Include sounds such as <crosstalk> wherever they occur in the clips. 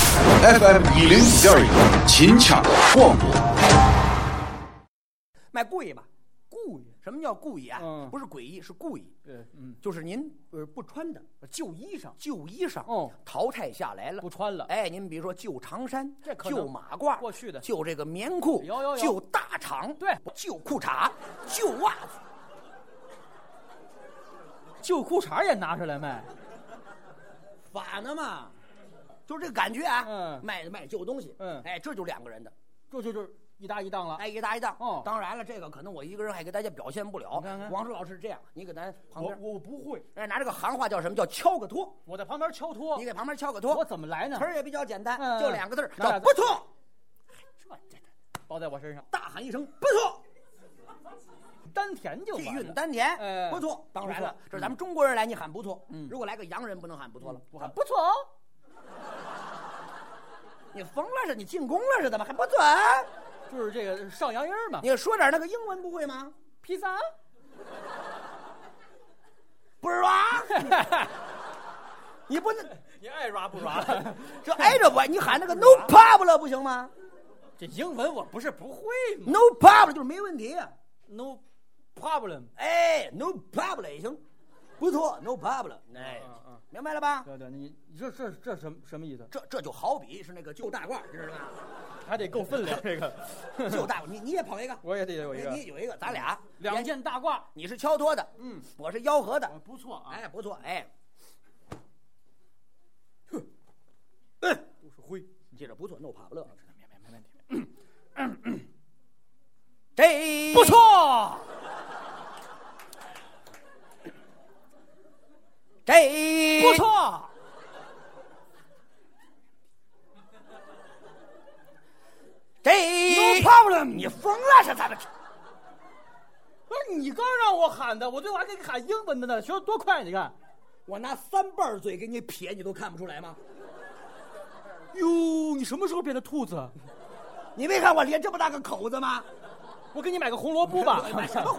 FM 一零五点一，秦腔广播。卖故意吧，故意。什么叫故意啊？嗯不是诡异，是故意。对，嗯，就是您呃不穿的旧衣裳，旧衣裳哦淘汰下来了，不穿了哎，您比如说旧长衫，这可能旧马褂，过去的旧这个棉裤，有有有旧大长，对旧裤衩，旧袜子， <laughs> 旧裤衩也拿出来卖，法呢嘛，就是这个感觉啊。嗯卖卖旧东西，嗯哎，这就两个人的，这就就是一搭一档了。哎，一搭一档。哦当然了，这个可能我一个人还给大家表现不了。你看看王石老师这样，你给咱旁我边，我不会，哎，拿这个行话叫什么叫敲个托，我在旁边敲托你，给旁边敲个托，我怎么来呢词？儿也比较简单，嗯就两个字儿，哪叫俩字不错。包在我身上，大喊一声不错，丹田就地完韵了。丹田哎，不错。当然了不错，这是咱们中国人来，你喊不错。嗯如果来个洋人，不能喊不错了，我喊不错哦，你疯了似的，你进宫了似的吗？还不准？就是这个上洋音儿嘛。你说点那个英文不会吗？披萨，啊不是吧？ <laughs> 你不能 <laughs> 你爱抓 <laughs> 不抓？这挨着我，你喊那个 no problem 不行吗这英文我不是不会吗？no problem 就是没问题。啊？No problem。哎，no problem 也行，不错，no problem。哎嗯嗯，明白了吧？对对，你你这这这什么什么意思？这这就好比是那个旧大褂，知道 <laughs> 吗？还得够分量， <laughs> 这个 <laughs> 旧大褂，你你也捧一个，我也得有一你个嗯你有一个，咱俩两件大褂，你是敲托的，嗯，我是吆喝的，不错啊，哎，不错，哎，都是灰，记着不错，弄怕不乐，嗯没没没问题，嗯这不，错。这不，错，这 No problem 你疯了是咱们？不是你刚让我喊的，我最后还给你喊英文的呢，学的多快！你看，我拿三瓣嘴给你撇，你都看不出来吗？哟，你什么时候变的兔子？你没看我咧这么大个口子吗？我给你 <laughs> 买个红萝卜吧。买什么？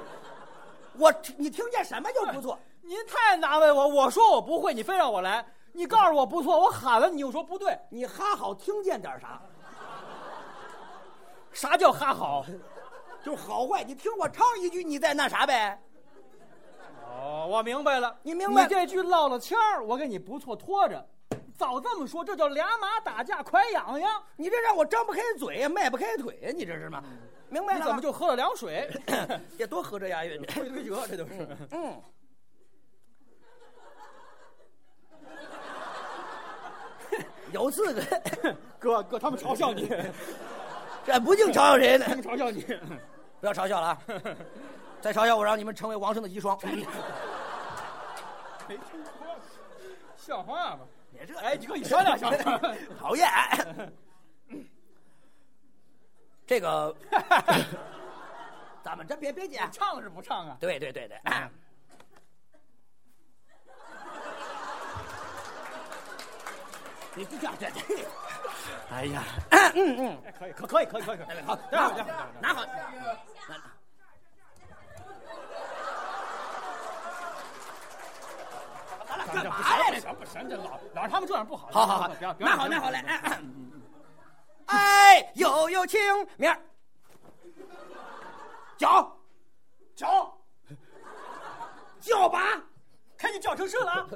我你听见什么就不错？您太难为我，我说我不会，你非让我来。你告诉我不错，我喊了，你又说不对，你哈好听见点啥？啥叫哈好？就是好坏，你听我唱一句，你再那啥呗？哦，我明白了，你明白你这句落了腔儿，我给你不错拖着。早这么说，这叫俩马打架，快痒痒。你这让我张不开嘴，迈不开腿呀，你这是吗？明白了你吧？怎么就喝了凉水？ <laughs> 也多合着押韵？推推折，这都是。嗯，嗯 <laughs> 有四个， <laughs> 哥哥，他们嘲 <laughs> 笑你， <laughs> 这不净嘲笑谁呢？嘲笑你。不要嘲笑了啊！再嘲笑我，让你们成为王生的遗孀。没听说，像话吗？你这哎，你哥，你商量商量。 <laughs> 讨厌。这个， <laughs> 咱们真别别介。嗯唱是不唱啊？对对对对。你这这这，哎呀，嗯嗯。哎，可以，可可以，可以，可以，可以。好，拿拿好好，拿好，拿好拿拿好好。咱俩干嘛不呀？行不行，这老老让他们这样不好。好好好不要，不要拿好拿好来。来。哎哎，有有清明儿，脚脚，叫吧，看你脚成事了啊。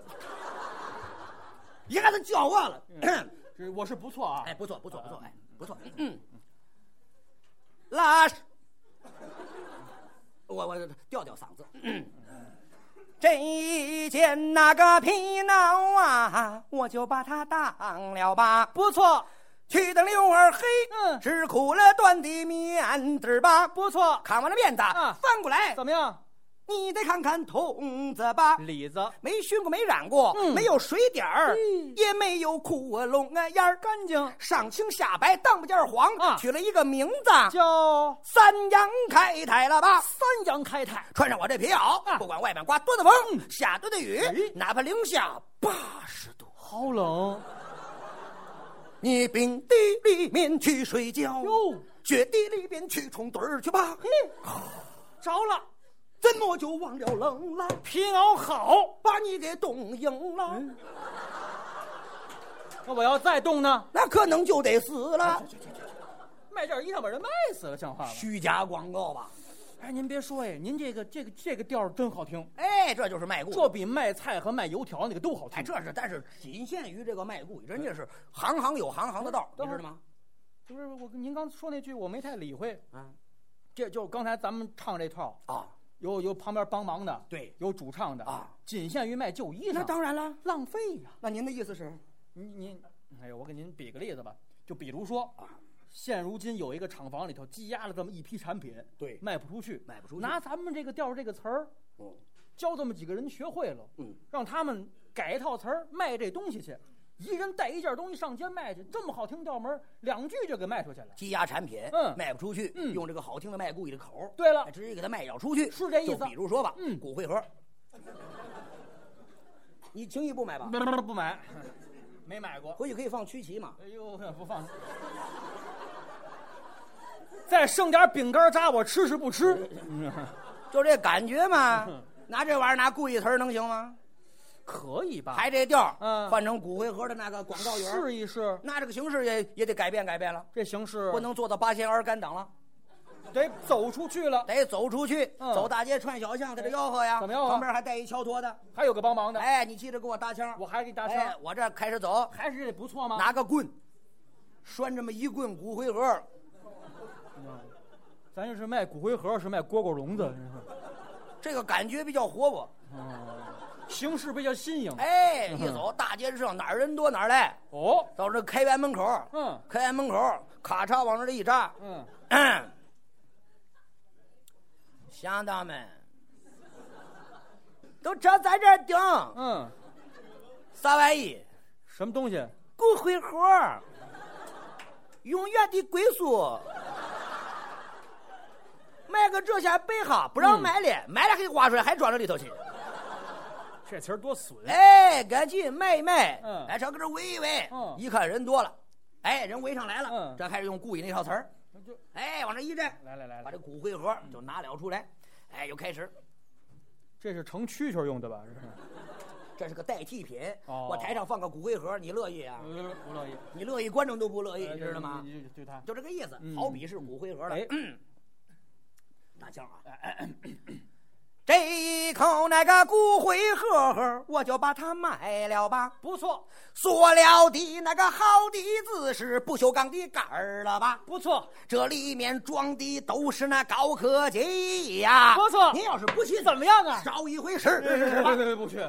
一下子叫忘了。这我是不错啊哎，，不错不错不错，哎，不错。嗯，拉屎，我我吊吊嗓子。嗯这件那个皮囊啊，我就把它当了吧。不错，去的溜儿黑，嗯吃苦了端的面子儿吧。不错。看完了面子，啊翻过来，怎么嗯样，你再看看筒子吧。李子？没熏过，没染过，嗯没有水点儿，嗯也没有窟窿啊烟儿，干净，上青下白，当不尖儿黄，啊取了一个名字，叫三阳开泰了吧？三阳开泰。穿上我这皮袄，啊嗯不管外面刮多大风，下多大雨，哎哪怕零下八十度，好冷你冰地里面去睡觉，哟，嗯雪地里边去冲盹儿去吧，着了，怎么就忘了冷了，皮袄好。嗯把你给冻硬了？那我要再动呢，那可能就得死了。哎卖件衣裳把人卖死了，像话吗？虚假广告吧？哎，您别说，哎，您这个这个这个调儿真好听，哎，这就是卖故意。这比卖菜和卖油条那个都好哎，听。这是但是仅限于这个卖故意，人家是行行有行行的道，你知道吗？不是我跟您刚说那句我没太理会，啊这就刚才咱们唱这套，啊，有有旁边帮忙的，对有主唱的啊，仅限于卖旧衣裳，那当然了。浪费呀、啊那您的意思是？您您，哎呦，我给您比个例子吧，就比如说，啊现如今有一个厂房里头积压了这么一批产品，对卖不出去，卖不出去拿咱们这个调儿这个词儿，哦，教这么几个人学会了，嗯，让他们改一套词儿卖这东西去，一人带一件东西上街卖去，这么好听调门儿，两句就给卖出去了。积压产品，嗯卖不出去，嗯用这个好听的卖故意的口儿，对了直接给它卖咬出去，是这意思就比如说吧，嗯骨 <laughs> 灰盒，你轻易不买吧？不不不买，没买过。回去可以放曲奇嘛？哎呦，不放。再剩点饼干渣，我吃是不 <laughs> 吃？就这感觉嘛。拿这玩意儿拿故意词儿能行吗？可以吧？还这调儿，嗯换成骨灰盒的那个广告语儿，试一试，那这个形式也也得改变改变了，这形式不能做到八仙儿干挡了，得走出去了，得走出去，嗯走大街串小巷，给他吆喝呀。怎么吆喝旁边还带一敲驮的，还有个帮忙的，哎，你记着给我搭腔，我还给你搭哎腔，，啊我这开始走，还是不错吗？拿个棍，拴这么一棍骨灰盒，咱这是卖骨灰盒，是卖蝈蝈笼子，这个感觉比较活泼。形式比较新颖。哎，嗯一走大街上哪儿人多哪儿来，哦，到这开元门口，嗯开元门口，咔嚓往这一扎，嗯，嗯， <coughs> 乡党们，都朝咱这儿顶，嗯，啥玩意？什么东西？骨灰盒，永远的归宿。卖个这些白哈，不让买嗯了，买了还挖出来，还装到里头去。这词儿多损！哎，赶紧卖一卖，嗯来上搁这围一围嗯，一看人多了，哎，人围上来了嗯，这开始用故意那套词儿，就哎，往这一站，来来来把来这，骨灰盒就拿了出来，哎，又开始，这是盛蛐蛐用的吧？这是，这是个代替品。哦我台上放个骨灰盒，你乐意啊？不乐意，你乐意，观众都不乐意，你知道吗？呃就就他，就这个意思，嗯好比是骨灰盒了哎。大江啊，这一口那个骨灰盒，我就把它卖了吧。不错说了的那个好的字是不锈钢的盖儿了吧？不错，这里面装的都是那高科技呀、不错您要是不信，怎么样啊？少一回啊试试别试别试吧别。别不去，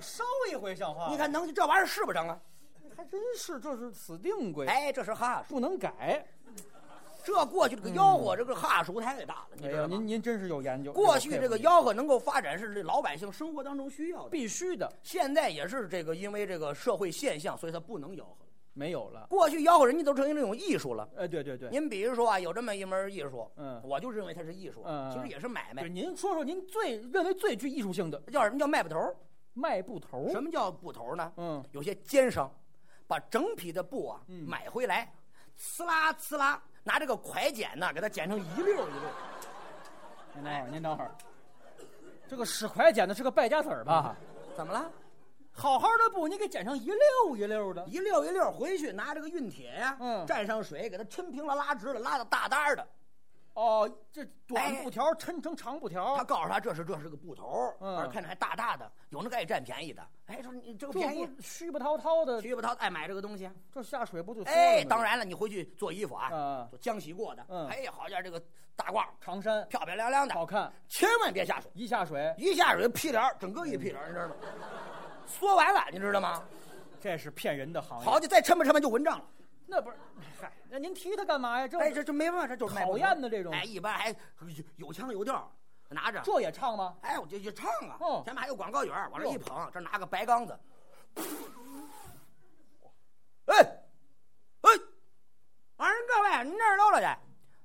烧一回像话吗？你看能这玩意儿是不成啊？还真是，这是死定规，哎，这是哈数，不能改。这过去这个吆喝，这个哈数太大了，你嗯哎知呀，道吗？您您真是有研究。过去这个要吆喝能够发展是这老百姓生活当中需要的，必须的，现在也是这个因为这个社会现象，所以它不能吆喝了。没有了。过去吆喝人家都成为那种艺术了。哎，对对对，您比如说啊，有这么一门艺术，嗯我就认为它是艺术，嗯嗯其实也是买卖对，。您说说您最认为最具艺术性的叫什么叫卖布头？卖布头，什么叫布头呢？哦嗯，有些奸商把整匹的布啊、嗯买回来，呲啦呲啦，拿这个快剪呐，给它剪成一溜儿一溜儿。您等会儿，您等会儿，这个使快剪的是个败家子儿吧？怎么了？好好的布，你给剪成一溜一溜的，一溜一溜儿回去，拿这个熨帖呀、嗯蘸上水，给它抻平了，拉直了，拉的大单儿的。哦，这哎短布条抻成长布条他，告诉他这是这是个布头，嗯而看着还大大的，有那个爱占便宜的，哎，说你这个这便宜，不虚不滔滔的，徐不涛爱买这个东西。啊这下水不就缩了吗哎，当，然了，你回去做衣服啊嗯，做浆洗过的，嗯哎，好件这个大褂，长衫漂漂亮亮的，好看，千万别下水，一下水，一下水屁帘儿整个一屁帘儿，你知道吗？缩完了，你知道吗？这是骗人的行业。好，的，再抻吧抻吧就蚊帐了。那不是，嗨，那您提他干嘛呀？这哎，这这没办法，这就是卖讨布头厌的这种哎，一般还有有腔有调儿，拿着。这也唱吗？哎，我就就唱啊，嗯前面还有广告语儿，往这一捧，这拿个白缸子，哎，哎，我说各位，您这儿漏了去，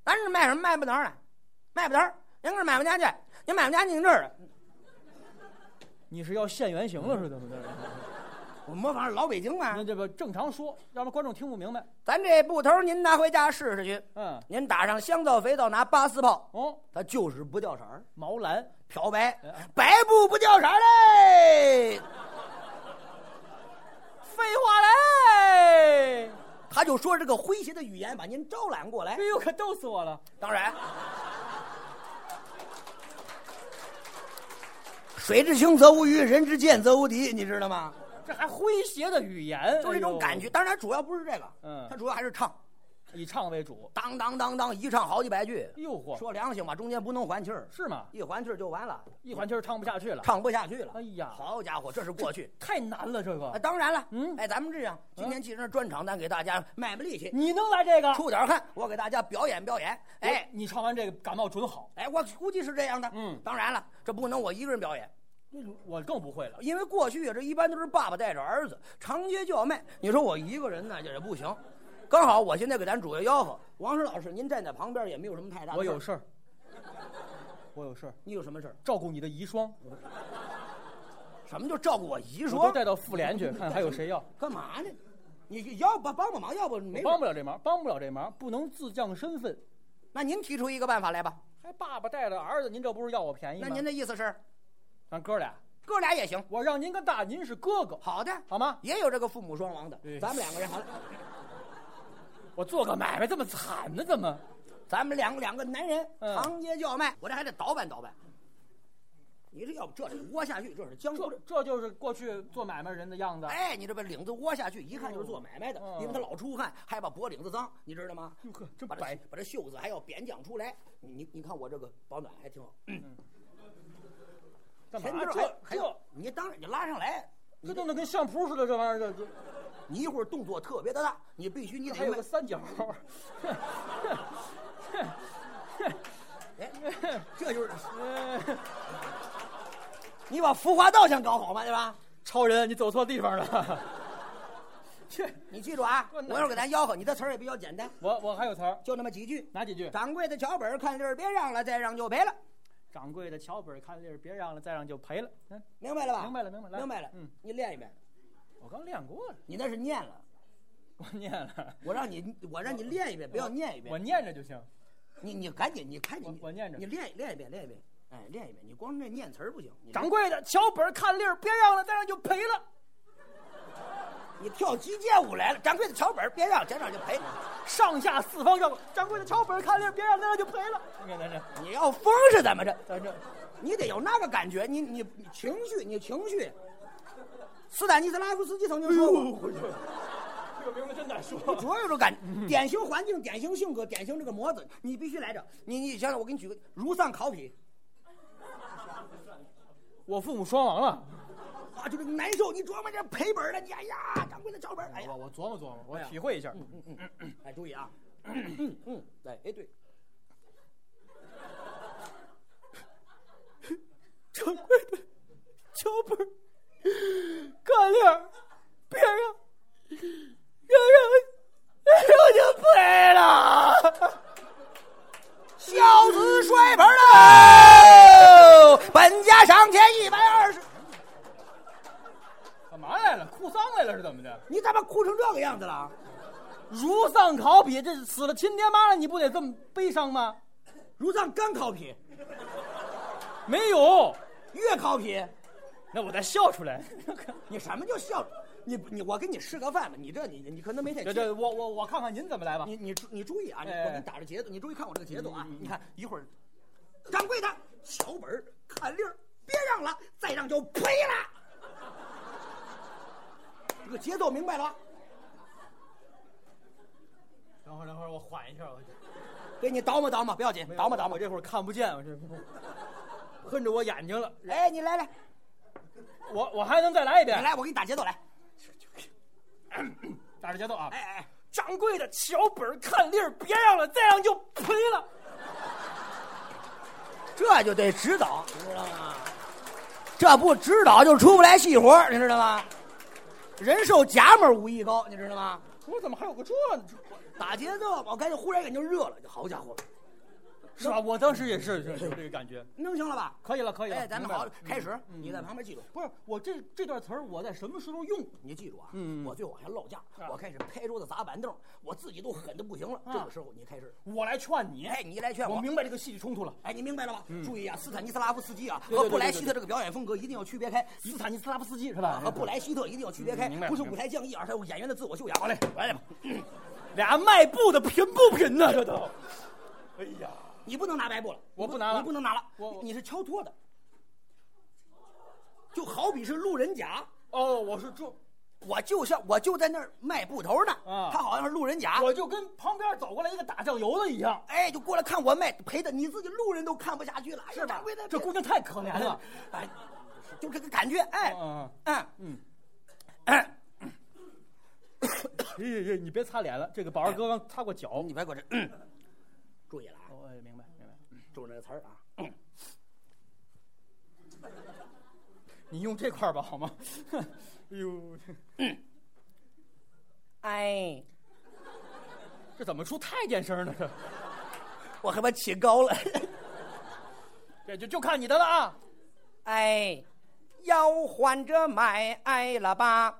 咱是卖什么卖布头的，卖布头，您这买不家去，您买不家去您这儿的，你是要现原形了嗯 <laughs> 是怎么的？我模仿老北京嘛那，这不正常说，要不然观众听不明白。咱这布头您拿回家试试去，嗯，您打上香皂肥皂，拿八四泡，哦，它就是不掉色儿，毛蓝，漂白哎，白布不掉色儿嘞，费废话嘞！他就说这个诙谐的语言把您招揽过来哎。呦，可逗死我了！当然，水至清则无鱼，人之见则无敌，你知道吗？这还诙谐的语言，就这种感觉。当然，主要不是这个，哎嗯他主要还是唱，哎呦，以唱为主。当当当当，一唱好几百句。哎呦嚯，说良心话，中间不能还气儿，是吗？一还气儿就完了，一环气儿唱不下去了，唱不下去了。哎呀好家伙，这是过去。太难了这啊，个。当然了，嗯哎，咱们这样，今天既然是专场，咱给大家卖卖力气，你能来这个？出点汗，我给大家表演表演。哎我，，你唱完这个感冒准好。哎，我估计是这样的。嗯当然了，这不能我一个人表演，我更不会了。因为过去啊，这一般都是爸爸带着儿子，长街就要卖。你说我一个人呢，这也不行。刚好我现在给咱主要吆喝，王石老师，您站在旁边也没有什么太大的。我有，事儿，我有事儿，你有什么事儿？照顾你的遗孀，什么叫照顾我姨我说都？带到妇联去，看还有谁 <laughs> 要。干嘛呢？ <laughs> 你要不帮帮忙，要不没帮不了。了这忙，帮不了这忙，不能自降身份。那您提出一个办法来吧。还爸爸带着儿子，您这不是要我便宜吗？那您的意思是，咱哥俩，哥俩也行。我让您跟大您是哥哥，好的，好吗？也有这个父母双亡的对，咱们两个人好了，我做个买卖这么惨呢，怎么？咱们两个两个男人嗯长街就要卖，我这还得倒办倒办。你这要不这是窝下去，这是江湖这。这就是过去做买卖人的样子。哎，你这把领子窝下去，一看就是做买卖的，嗯因为他老出汗，害怕脖领子脏，你知道吗？哟呵，这把摆这把这袖子还要扁讲出来。你你你看我这个保暖还挺好，干前嘛？边这还有还有这，你当然你拉上来，这弄得跟相扑似的，这玩意儿这这你一会儿动作特别的大，你必须你得还有个卖三角。 <laughs> 哎，这就是呃你把浮华道想搞好嘛，对吧？ <laughs> 超人，你走错地方了。 <laughs> 切，你记住啊，我哪我要给咱吆喝，你的词儿也比较简单，我我还有词儿，就那么几句。哪几句？掌柜的脚本儿看粒儿，别让了，再让就赔了，掌柜的桥本看粒儿，别让了，再让就赔了。嗯，明白了吧？明白了，明白了，明白了。嗯，你练一遍，我刚练过了，你那是念了， <laughs> 我念了，我让你我让你练一遍，不要念一遍我。念着就行。你你赶紧，你赶紧，我我念着你练练一遍，练一遍，哎，练一遍。你光那念词儿不行，你掌柜的，桥本看粒儿，别让了，再让就赔了。你跳击剑舞来了。掌柜的桥本儿，别让，家长就赔上下四方要掌柜的桥本看粒儿，别让再让就赔了。你看咱这，你。你要疯是怎么着？咱这，你得有那个感觉，你你你情绪，你情绪。斯坦尼斯拉夫斯基曾经哎说过，这个名字真难说。主要有种感，嗯典型环境、典型性格、典型这个模子，你必须来着。你你想想，我给你举个如丧考妣我父母双亡了，啊，就这个难受，你琢磨这赔本了，你哎呀，掌柜的桥本儿，哎呀我，我琢磨琢磨，我哎呀体会一下。哎，注意啊，嗯嗯，哎哎对，掌柜的，桥本看粒儿，别让，让让让就赔了。孝子摔盆喽，本家赏钱一百二十，干嘛来了？哭丧来了是怎么的？你咋把哭成这个样子了？如丧考妣，这死了亲爹妈了，你不得这么悲伤吗？如丧干考妣，没有，月考妣，那我再笑出来。你什么叫孝？你你我给你吃个饭吧，你这你你可能没太这这，我我我看看您怎么来吧。你你注你注意啊！你哎嗯我给你打着节奏，你注意看我这个节奏啊！你看一会儿，掌柜的小本儿看粒儿，别让了，再让就赔了。这个节奏明白了吧？等会儿等会儿，我缓一下，我这给你倒磨倒磨，不要紧，倒磨倒我磨。这会儿看不见，我这 <laughs> 恨着我眼睛了。哎，你来来，你我我还能再来一遍，来，我给你打节奏来。打着节奏啊！哎哎哎，掌柜的，小本儿看粒儿，别让了，再让就赔了。这就得指导，你知道吗？这不指导就出不来细活，你知道吗？人受夹门武艺高，你知道吗？我怎么还有个这呢？打节奏，我感觉忽然眼睛热了，好家伙，是吧？我当时也是是是有这个感觉。能行了吧？可以了，可以了。哎，咱们明白好了开始，嗯你在旁边记住，不是我这这段词儿，我在什么时候用？你记住啊。嗯嗯我最往下落架，啊我开始拍桌子砸板凳，我自己都狠的不行了。啊这个时候你开始，我来劝你。哎，你来劝我我。明白这个戏剧冲突了。哎，你明白了吧？注意啊，斯坦尼斯拉夫斯基啊对和对布莱对希对特这个表演风格一定要区别开，斯坦尼斯拉夫斯基是吧？和布莱希特一定要区别开嗯明白，不是明白舞台降艺啊，而是演员的自我修养。好嘞，来吧， <laughs> 俩迈步的贫不贫呢？这都。哎呀，你不能拿白布了，我你不拿了你不能拿了，我我你是敲托的，就好比是路人甲，哦，我是这，我就像我就在那儿卖布头呢，啊他好像是路人甲，我就跟旁边走过来一个打酱油的一样，哎，就过来看我卖，赔的你自己路人都看不下去了，哎是吧掌柜的，这姑娘太可怜了。哎，就这个感觉，哎，嗯嗯嗯，嗯，哎呀呀，你别擦脸了，这个宝儿哥刚擦过脚。你别给我这，嗯注意了啊，哦，哎明白明白。注意这个词儿啊，你用这块儿吧，好吗？ <laughs> 哎呦，哎，这怎么出太监声呢？这我害怕起高了， <laughs> 这就就看你的了啊！哎，要换着买哎了吧，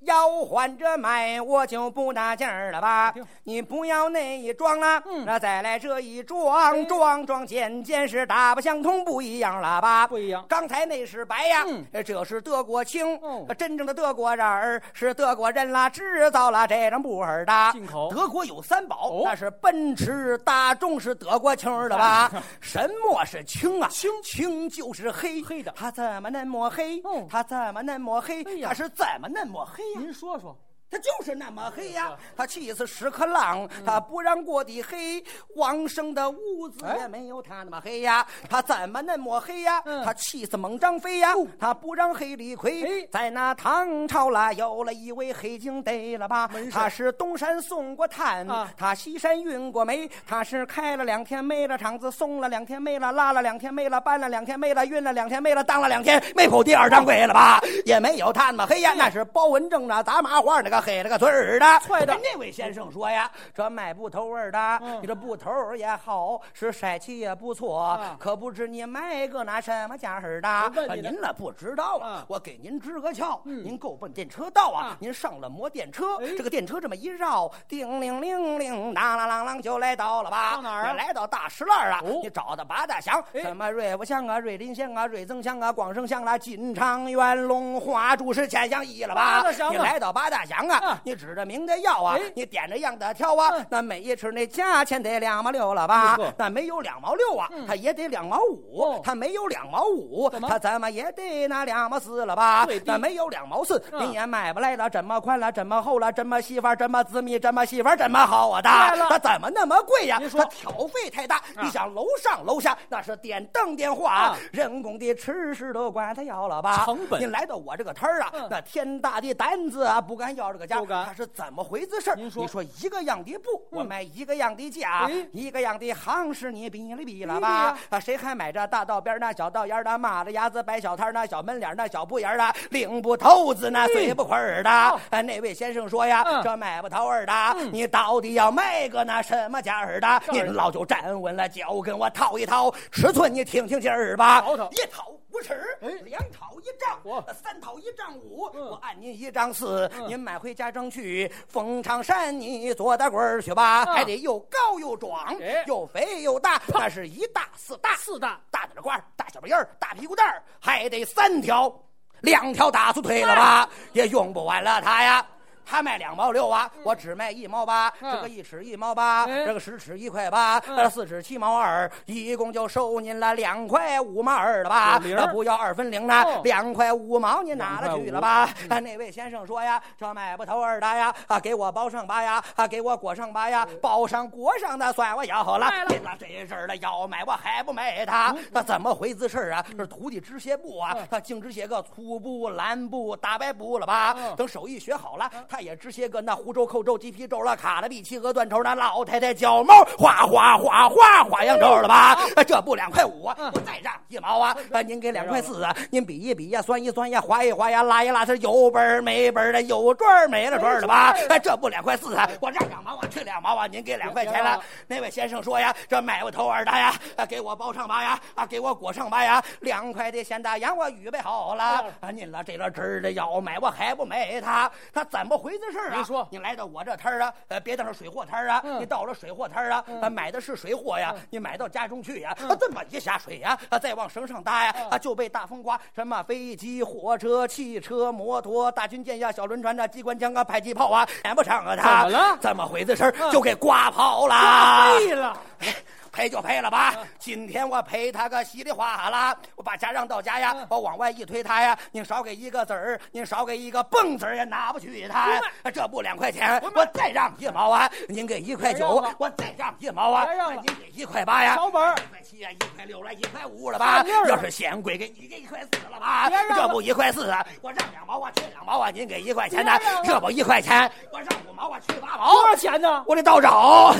要换着买我就不拿劲儿了吧停。你不要那一装了，嗯哎那再来这一装，装装减减是大不相同，不一样了吧？不一样刚才那是白呀嗯，呃这是德国青哦，呃真正的德国人儿是德国人啦，制造了这种布尔的进口德国有三宝，哦那是奔驰、大众是德国青儿的 <laughs> 吧？什么是青啊？青青就是黑黑的他怎么那么黑哦？他怎么那么黑哎？呀他是怎么那么黑呀？您说说，他就是那么黑哎呀！他气死屎壳郎，嗯他不让过的黑，王生的屋子哎也没有他那么黑呀！他怎么那么黑呀？嗯他气死猛张飞呀！他不让黑李逵哎，在那唐朝啦有了一位黑警得了吧门？神他是东山送过炭啊，他西山运过煤，他是开了两天没了厂子，送了两天没了，拉了两天没了，搬了两天没了，运了两天没了，当了两天没跑第二掌柜了 <laughs> 吧？也没有他那么黑嗯呀，那是包文正的砸麻花那个黑了个腿儿的。 <laughs> 踹的人 <laughs> 嗯那位先生说呀，这卖布头儿的，你这布头儿也好，是色气也不错啊，可不知你卖个那什么价儿的？我问你的您那不知道啊啊，嗯我给您支个窍，您够奔电车道啊啊，您上了摩电车哎，这个电车这么一绕，叮铃铃铃，当啷啷啷就来到了吧？到哪儿啊也来到大石栏儿啊哦，你找到八大祥，哎什么瑞福乡啊、瑞林乡啊、瑞增乡啊、广生乡啦、锦昌园、龙华住是钱乡一了吧八大？祥啊你来到八大祥啊啊，你指着名的要啊哎，你点着样的挑啊嗯，那每一尺那价钱得两毛六了吧没错？嗯那啊没有两毛六啊，他也得两毛五哦，他没有两毛五，怎么他怎么也得拿两毛四了吧最？低那没有两毛四，嗯您也买不来了，怎么宽了，怎么厚了，怎么细法，怎么紫米，怎么细法，怎么好啊的坏了？他怎么那么贵呀您？说他挑费太大，你想楼上楼下那是点灯点画啊，人工的吃食都管他要了吧？成本您来到我这个摊儿啊嗯，那天大的胆子啊，不敢要这个价，不敢他是怎么回事儿？您说嗯你说一个样的布，我卖一个样的价啊哎，一个样的行市，你比了比了比了吧呀？啊，谁还买这大道边儿那小道沿儿的马着牙子摆小摊儿那小门脸儿那小布沿儿的领不头子那嘴不块儿的？嗯哦啊，那位先生说呀，嗯这买不头儿的，你到底要卖个那什么价儿的？然您老就站稳了脚跟我套一套，尺寸你听听劲儿吧，淘淘一套五尺哎，两套一丈哇，三套一丈五，嗯我按您一丈四，嗯您买回家争去。冯长山，你做大棍儿去吧，啊还得又高又壮哎，又肥又大，那是一大四大，四大大脑瓜儿、大小背儿、大屁股蛋儿，还得三条，两条大粗腿了吧，哎也用不完了它呀。他卖两毛六啊，我只卖一毛八，嗯这个一尺一毛八，哎嗯这个十尺一块八，呃，四尺七毛二，一共就收您了两块五毛二了吧有？零儿那不要二分零呢哦，两块五毛您拿了两块去五了吧？啊，啊那位先生说呀，这买不头二大呀，啊，给我包上八呀，啊，给我裹上八呀，包上裹上的算我要好了卖。嗯了您那这事儿了要买我还不卖它？那怎么回子事儿啊？这徒弟织鞋布啊嗯，他净织鞋个粗布、蓝布、大白布了吧？嗯等手艺学好了，他看也直些个那湖州、扣州、鸡皮皱了卡了，碧七鹅断头，那老太太脚毛哗哗哗哗哗扬州了吧？哎这不两块五啊嗯，我再让一毛啊，啊您给两块四啊，您比一比呀，算一算呀，划一划呀，拉一拉，它有本儿没本儿的，有准儿没了准儿的吧没准儿？哎，这不两块四啊，我让两毛啊，去两毛啊，您给两块钱别让了了。那位先生说呀，这买我头儿的呀，啊，给我包上吧呀，啊，给我裹上吧呀，两块的咸大洋我预备好了嗯。啊，您了这个侄儿的要买，我还不买它，它怎么回事儿啊？您说你来到我这摊儿啊，呃，别当是水货摊儿啊，嗯你到了水货摊儿啊，啊买的是水货呀，你买到家中去呀，嗯啊，这么一下水呀，啊，再往绳上搭呀，啊，就被大风刮，什么飞机、火车、汽车、摩托、大军舰呀、小轮船呐、机关枪啊、迫击炮啊，赶不上啊，它怎么了怎么回事儿？嗯就给刮跑啦！对了， <laughs> 赔就赔了吧，啊今天我赔他个稀里哗啦，我把家让到家呀，啊我往外一推他呀，您少给一个子儿，您少给一个蹦子儿也拿不去他呀，这不两块钱，我再让一毛啊，您给一块别九让了，我再让一毛啊别让，了您给一块八呀，哎小本儿一块七呀，一块六了，一块五了吧看样，儿要是嫌贵给你给一块四了吧别，让了这不一块四啊，我让两毛啊，去两毛啊，您给一块钱呢别让，了这不一块钱，我让五毛啊，去八毛，多少钱呢？我得倒找。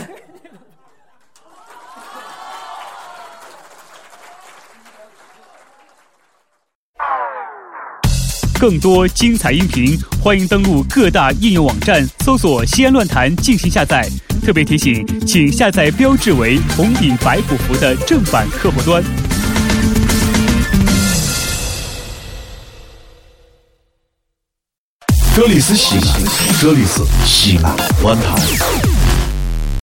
更多精彩音频，欢迎登录各大应用网站搜索“西安论坛”进行下载。特别提醒，请下载标志为红底白虎符的正版客户端。这里是西安，这里是西安论坛。